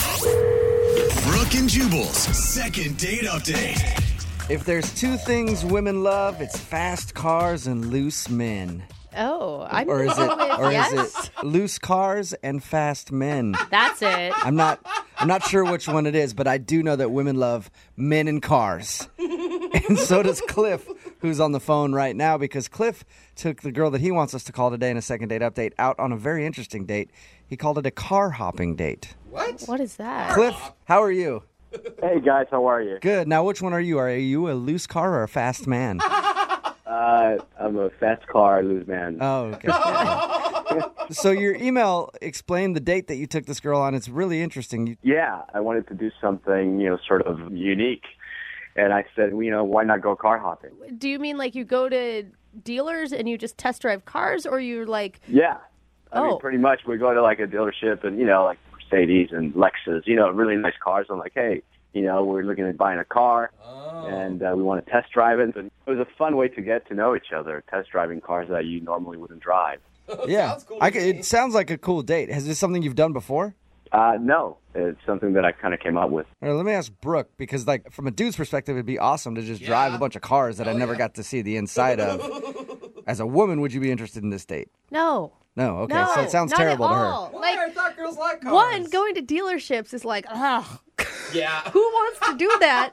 92.5. Brooke and Jubal's second date update. If there's two things women love, it's fast cars and loose men. Oh, I'm Or is it or yes. is it loose cars and fast men? That's it. I'm not I'm not sure which one it is, but I do know that women love men and cars. and so does Cliff, who's on the phone right now because Cliff took the girl that he wants us to call today in a second date update out on a very interesting date. He called it a car hopping date. What is that? Cliff, how are you? Hey guys, how are you? Good. Now, which one are you? Are you a loose car or a fast man? Uh, I'm a fast car lose man. Oh, okay. Oh, so your email explained the date that you took this girl on. It's really interesting. You- yeah, I wanted to do something, you know, sort of unique. And I said, well, you know, why not go car hopping? Do you mean like you go to dealers and you just test drive cars, or you're like, Yeah. I Oh. mean, pretty much we go to like a dealership and, you know, like Mercedes and Lexus, you know, really nice cars. I'm like, hey, you know, we're looking at buying a car and uh, we want to test drive it. And it was a fun way to get to know each other, test driving cars that you normally wouldn't drive. yeah, I c it sounds like a cool date. Has this something you've done before? Uh, no, it's something that I kind of came up with. All right, let me ask Brooke because, like, from a dude's perspective, it'd be awesome to just drive a bunch of cars that I never got to see the inside of. As a woman, would you be interested in this date? no, No. Okay. no, so it sounds not terrible at to all. her. Like I thought girls like cars. one going to dealerships is like, ugh, Yeah. who wants to do that?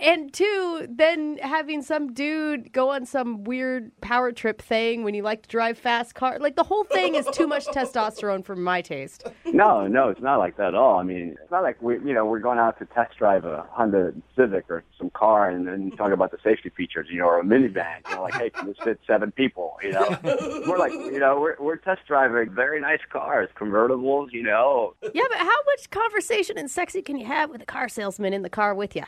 and two, then having some dude go on some weird power trip thing when you like to drive fast car, like the whole thing is too much testosterone for my taste. No, no, it's not like that at all. I mean, it's not like we, you know, we're going out to test drive a Honda Civic or some car and then talk about the safety features, you know, or a minivan. You know, like, hey, can this fit seven people? You know, we're like, you know, we're we're test driving very nice cars, convertibles, you know. Yeah, but how much conversation and sexy can you have with a car salesman in the car with you?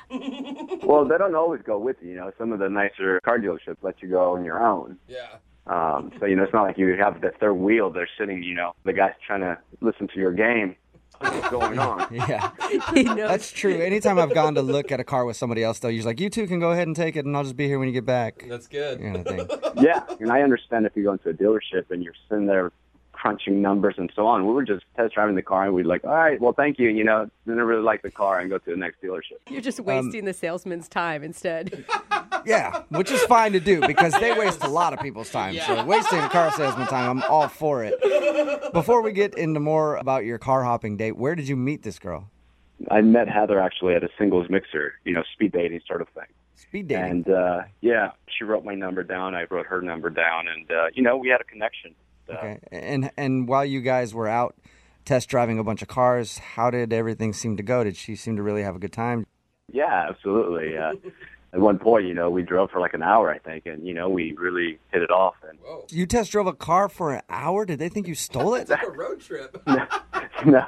Well, they don't always go with you. You know, some of the nicer car dealerships let you go on your own. Yeah. Um, so you know, it's not like you have the third wheel. They're sitting, you know, the guy's trying to listen to your game. What's going on? Yeah. That's true. Anytime I've gone to look at a car with somebody else, though, you're like, you two can go ahead and take it, and I'll just be here when you get back. That's good. Kind of thing. Yeah, and I understand if you go into a dealership and you're sitting there crunching numbers and so on. We were just test driving the car and we'd like, all right, well, thank you. You know, didn't really like the car and go to the next dealership. You're just um, wasting the salesman's time instead. Yeah, which is fine to do because they waste a lot of people's time. So wasting a car salesman time, I'm all for it. Before we get into more about your car hopping date, where did you meet this girl? I met Heather actually at a singles mixer, you know, speed dating sort of thing. Speed dating. And uh, yeah, she wrote my number down. I wrote her number down, and uh, you know, we had a connection. Uh, So, okay. And and while you guys were out test driving a bunch of cars, how did everything seem to go? Did she seem to really have a good time? Yeah, absolutely. Uh, at one point, you know, we drove for like an hour, I think, and you know, we really hit it off. And You test drove a car for an hour? Did they think you stole it? A road trip. No,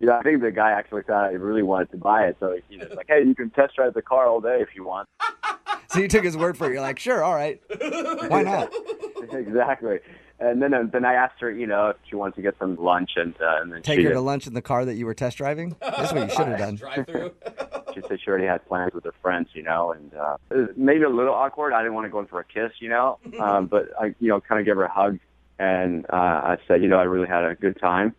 you know, I think the guy actually thought I really wanted to buy it, so he was like, "Hey, you can test drive the car all day if you want." So you took his word for it. You're like, sure, all right. Why not? exactly. And then, and then I asked her, you know, if she wanted to get some lunch, and uh, and then Take she her to lunch in the car that you were test driving? That's what you should have done. Drive through. she said she already had plans with her friends, you know, and uh, it was maybe a little awkward. I didn't want to go in for a kiss, you know, um, but I, you know, kind of gave her a hug, and uh, I said, you know, I really had a good time,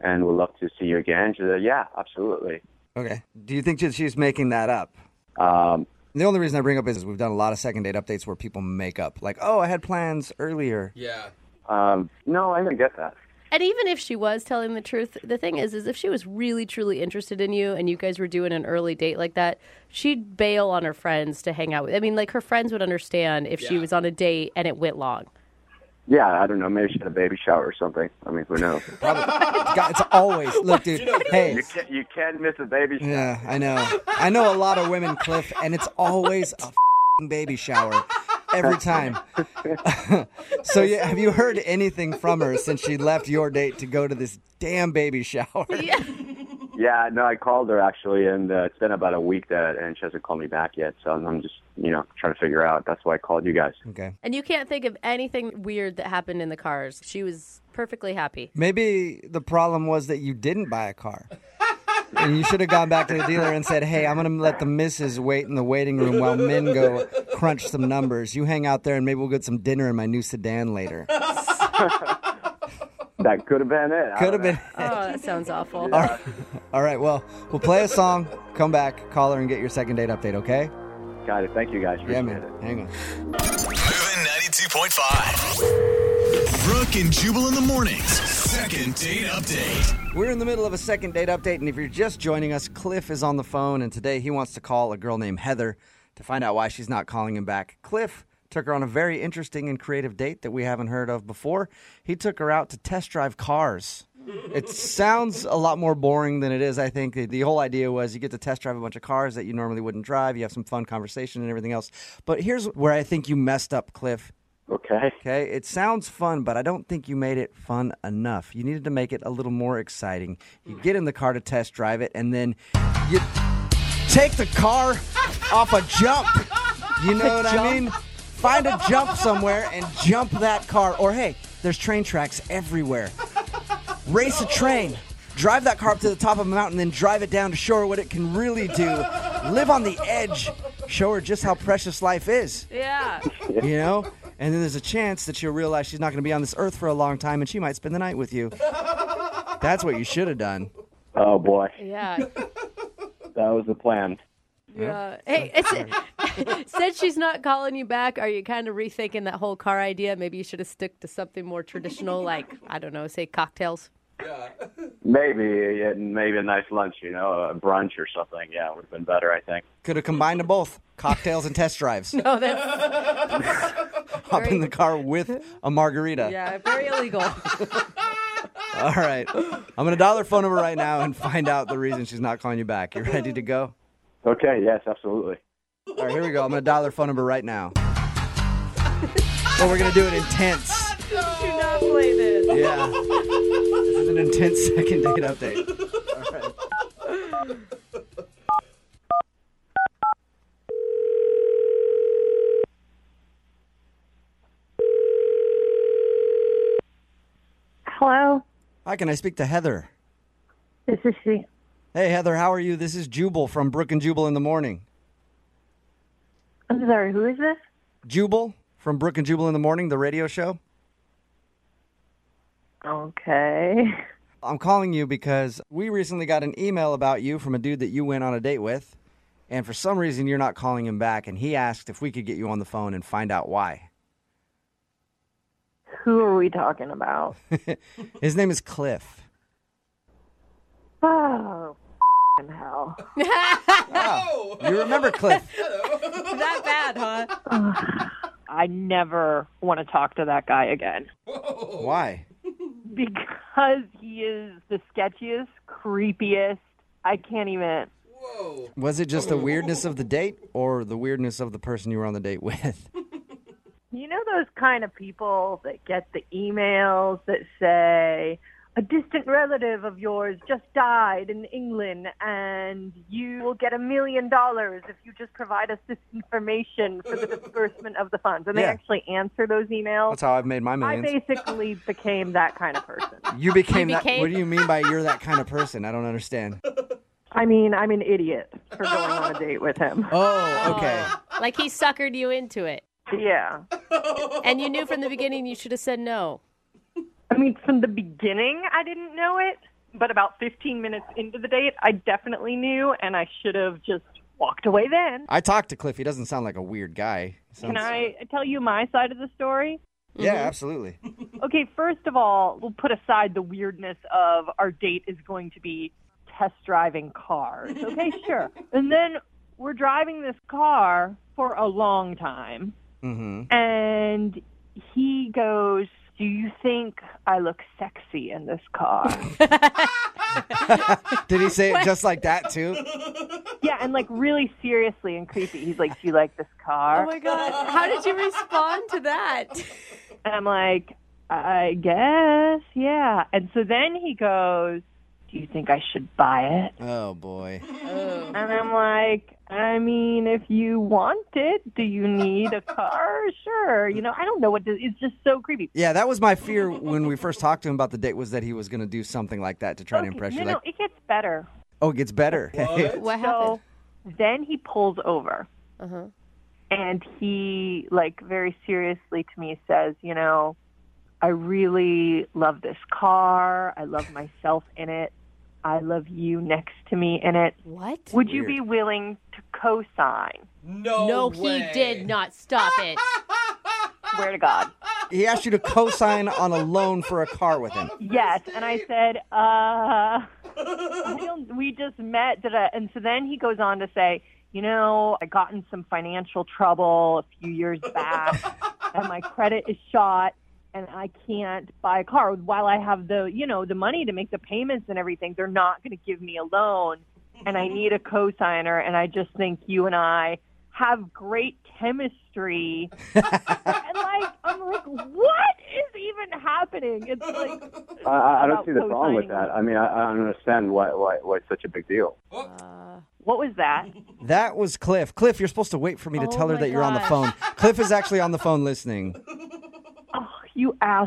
and would love to see you again. She said, yeah, absolutely. Okay. Do you think that she's making that up? Um, The only reason I bring up is we've done a lot of second date updates where people make up, like, oh, I had plans earlier. Yeah. um, no, I didn't get that. And even if she was telling the truth, the thing is, is if she was really truly interested in you and you guys were doing an early date like that, she'd bail on her friends to hang out with. I mean, like her friends would understand if she Yeah. was on a date and it went long. Yeah, I don't know. Maybe she had a baby shower or something. I mean, who knows? It's, got, it's always, look, dude, hey. you can't you can't miss a baby shower. Yeah, I know. I know a lot of women, Cliff, and it's always a fing baby shower every time. so, yeah, have you heard anything from her since she left your date to go to this damn baby shower? Mm-hmm. Yeah, no, I called her actually, and uh, it's been about a week that, and she hasn't called me back yet. So I'm just you know trying to figure out. That's why I called you guys. Okay. And you can't think of anything weird that happened in the cars. She was perfectly happy. Maybe the problem was that you didn't buy a car. And you should have gone back to the dealer and said, "Hey, I'm going to let the misses wait in the waiting room while men go crunch some numbers. You hang out there, and maybe we'll get some dinner in my new sedan later." that could have been it. I Could have don't been. Oh, that sounds awful. All right. All right. Well, we'll play a song, come back, call her, and get your second date update, okay? know. Got it. Thank you guys. Appreciate Yeah, man. it. Hang on. Moving 92.5. Brooke and Jubal in the mornings. Second date update. We're in the middle of a second date update, and if you're just joining us, Cliff is on the phone, and today he wants to call a girl named Heather to find out why she's not calling him back. Cliff took her on a very interesting and creative date that we haven't heard of before. He took her out to test drive cars. It sounds a lot more boring than it is, I think. The- The whole idea was you get to test drive a bunch of cars that you normally wouldn't drive, you have some fun conversation and everything else. But here's where I think you messed up, Cliff. Okay. Okay, it sounds fun, but I don't think you made it fun enough. You needed to make it a little more exciting. You get in the car to test drive it, and then you take the car off a jump. You know what I mean? Find a jump somewhere and jump that car. Or hey, there's train tracks everywhere. Race a train. Drive that car up to the top of a mountain, then drive it down to show her what it can really do. Live on the edge. Show her just how precious life is Yeah. you know? And then there's a chance that she'll realize she's not going to be on this earth for a long time and she might spend the night with you. That's what you should have done. Oh boy, Yeah. that was the plan. Yeah. Uh, Hey, it's, said she's not calling you back. Are you kind of rethinking that whole car idea? Maybe you should have stuck to something more traditional, like I don't know, say cocktails. Yeah. Maybe, yeah, maybe a nice lunch. You know, a brunch or something. Yeah, would have been better. I think. Could have combined them both cocktails and test drives. Oh, that's Hop in the great. car with a margarita. yeah, very illegal. All right. I'm going to dial her phone number right now and find out the reason she's not calling you back. You ready to go? Okay. Yes, absolutely. All right, here we go. I'm going to dial her phone number right now. But we're going to do it intense. Do not play this. Yeah. This is an intense second date update. Hello, Hi, can I speak to Heather? this is she. Hey Heather, how are you? This is Jubal from Brook and Jubal in the morning. I'm sorry, who is this? Jubal from Brook and Jubal in the morning, the radio show. Okay. I'm calling you because we recently got an email about you from a dude that you went on a date with, and for some reason you're not calling him back. And he asked if we could get you on the phone and find out why. Who are we talking about? His name is Cliff. Oh, f***ing hell. You remember Cliff? That bad, huh? I never want to talk to that guy again Why? because he is the sketchiest, creepiest. I can't even. Whoa. Was it just the weirdness of the date, or the weirdness of the person you were on the date with? You know those kind of people that get the emails that say a distant relative of yours just died in England and you will get a million dollars if you just provide us this information for the disbursement of the funds. And they Yeah. actually answer those emails. That's how I've made my I millions. basically became that kind of person. You became that. became- What do you mean by you're that kind of person? I don't understand. I mean, I'm an idiot for going on a date with him. Oh, okay. Like he suckered you into it, Yeah. and you knew from the beginning you should have said no. I mean, from the beginning, I didn't know it, but about 15 minutes into the date, I definitely knew, and I should have just walked away then. I talked to Cliff. He doesn't sound like a weird guy. He Can sounds- I tell you my side of the story? Yeah, Mm-hmm. absolutely. Okay, first of all, we'll put aside the weirdness of our date is going to be test driving cars. Okay, sure. And then we're driving this car for a long time. hmm and he goes, "Do you think I look sexy in this car?" Did he say it just like that too? yeah, and like really seriously and creepy. He's like, "Do you like this car?" Oh my god, how did you respond to that? and I'm like, "I guess, yeah." And so then he goes, "Do you think I should buy it?" Oh boy. And I'm like, "I mean, if you want it, do you need a car? Sure. You know, I don't know what to, it's just so creepy." Yeah, that was my fear when we first talked to him about the date was that he was going to do something like that to try to Okay, impress no, you. no, Like, it gets better. oh, it gets better. Oh, What happened? So then he pulls over. Uh-huh. and he like very seriously to me says, you know, I really love this car. I love myself in it. I love you next to me in it. What? Would you be willing to co-sign? No. no, way. he did not. Stop it. Swear to God. He asked you to co-sign on a loan for a car with him. Yes, and I said, uh, I don't, we just met. Da, da. And so then he goes on to say, you know, I got in some financial trouble a few years back, and my credit is shot, and I can't buy a car. While I have the, you know, the money to make the payments and everything, they're not going to give me a loan, and I need a cosigner. And I just think you and I have great chemistry and like i'm like what is even happening it's like I- I, I about don't see the problem with co-signing. that. I mean, I, I don't understand why, why, why it's such a big deal. Oh, What was that? That was Cliff. Cliff, you're supposed to wait for me to Oh tell her my that you're on the gosh. phone. Cliff is actually on the phone listening. Oh, you ass.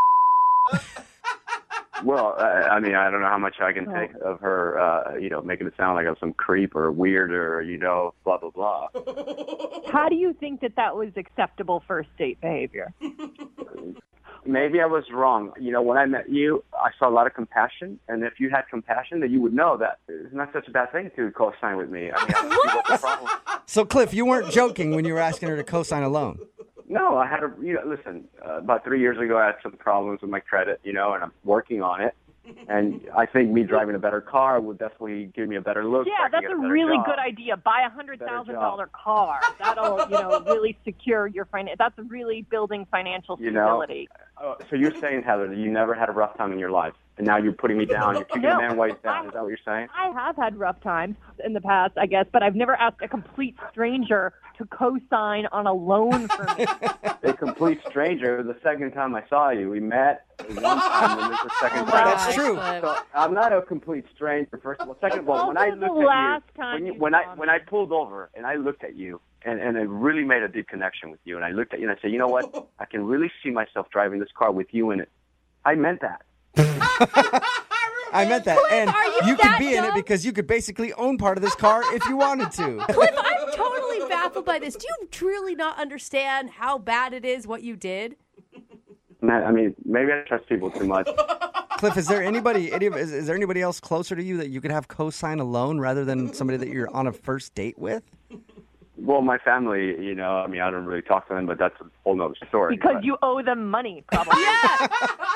Well, I, I mean, I don't know how much I Oh. can take of her, uh, you know, making it sound like I'm some creep or weird or, you know, blah, blah, blah. How do you think that that was acceptable first date behavior? Maybe I was wrong. You know, when I met you, I saw a lot of compassion. And if you had compassion, then you would know that it's not such a bad thing to co-sign with me. I mean, I don't see what the problem. So Cliff, you weren't joking when you were asking her to co-sign a loan. No, I had a, you know, listen, uh, about three years ago, I had some problems with my credit, you know, and I'm working on it. And I think me driving a better car would definitely give me a better look. so I Yeah, can that's get a better really job. good idea. Buy a hundred thousand dollar Better car. That'll you know really secure your finance. That's really building financial You know, stability. Oh, so you're saying, Heather, that you never had a rough time in your life, and now you're putting me down. You're kicking No. a man ways down. Is that what you're saying? I have had rough times in the past, I guess, but I've never asked a complete stranger to co-sign on a loan for me. A complete stranger. The second time I saw you, we met one time, and this is the second Oh my time. That's gosh, true. Cliff. So I'm not a complete stranger. First of all, second of all, when I Also the looked last at you, time when, you when saw I when me. I pulled over and I looked at you, and and I really made a deep connection with you, and I looked at you and I said, you know what? I can really see myself driving this car with you in it. I meant that. I meant that. Cliff, and are you could that be in it dumb? because you could basically own part of this car if you wanted to. Cliff, I'm totally baffled by this. Do you truly not understand how bad it is what you did? And I I mean, maybe I trust people too much. Cliff, is there anybody any, is, is there anybody else closer to you that you could have co-sign a loan rather than somebody that you're on a first date with? Well, my family, you know, I mean, I don't really talk to them, but that's a whole nother story. because But you owe them money, probably.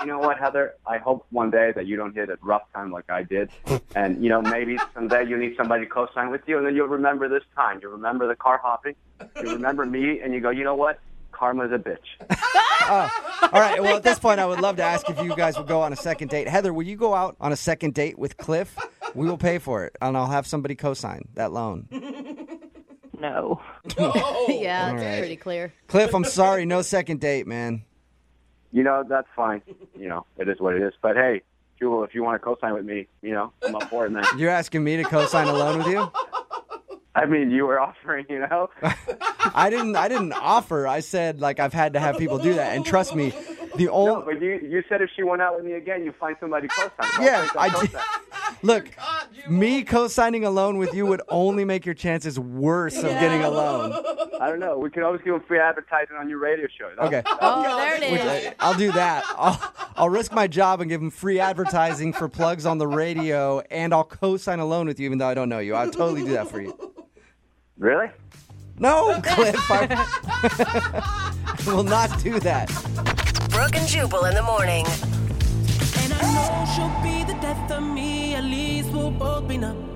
you know what, Heather? I hope one day that you don't hit a rough time like I did, and you know, maybe someday you need somebody to co-sign with you, and then you'll remember this time. You'll remember the car hopping. You remember me, and you go, you know what? Karma's a bitch. All right. Well, at this point, I would love to ask if you guys would go on a second date. Heather, will you go out on a second date with Cliff? We will pay for it, and I'll have somebody co-sign that loan. No. yeah, it's right. pretty clear. Cliff, I'm sorry, no second date, man. You know, that's fine. You know, it is what it is. But hey, Jewel, if you want to co-sign with me, you know, I'm up for it, man. You're asking me to co-sign a loan with you? I mean, you were offering, you know. I didn't. I didn't offer. I said like I've had to have people do that, and trust me, the No, only but you you said if she went out with me again, you find somebody co-sign. So Yeah, think I co-sign. did. look. God, you- Me co-signing a loan with you would only make your chances worse of getting a loan. I don't know. We could always give them free advertising on your radio show. That's- Okay, Oh, there it Would- is. I'll do that. I'll, I'll risk my job and give them free advertising for plugs on the radio, and I'll co-sign a loan with you, even though I don't know you. I'll totally do that for you. Really? No, Cliff, I I will not do that. Brooke and Jubal in the morning. And I know she'll be the death of me. At least we'll both be numb.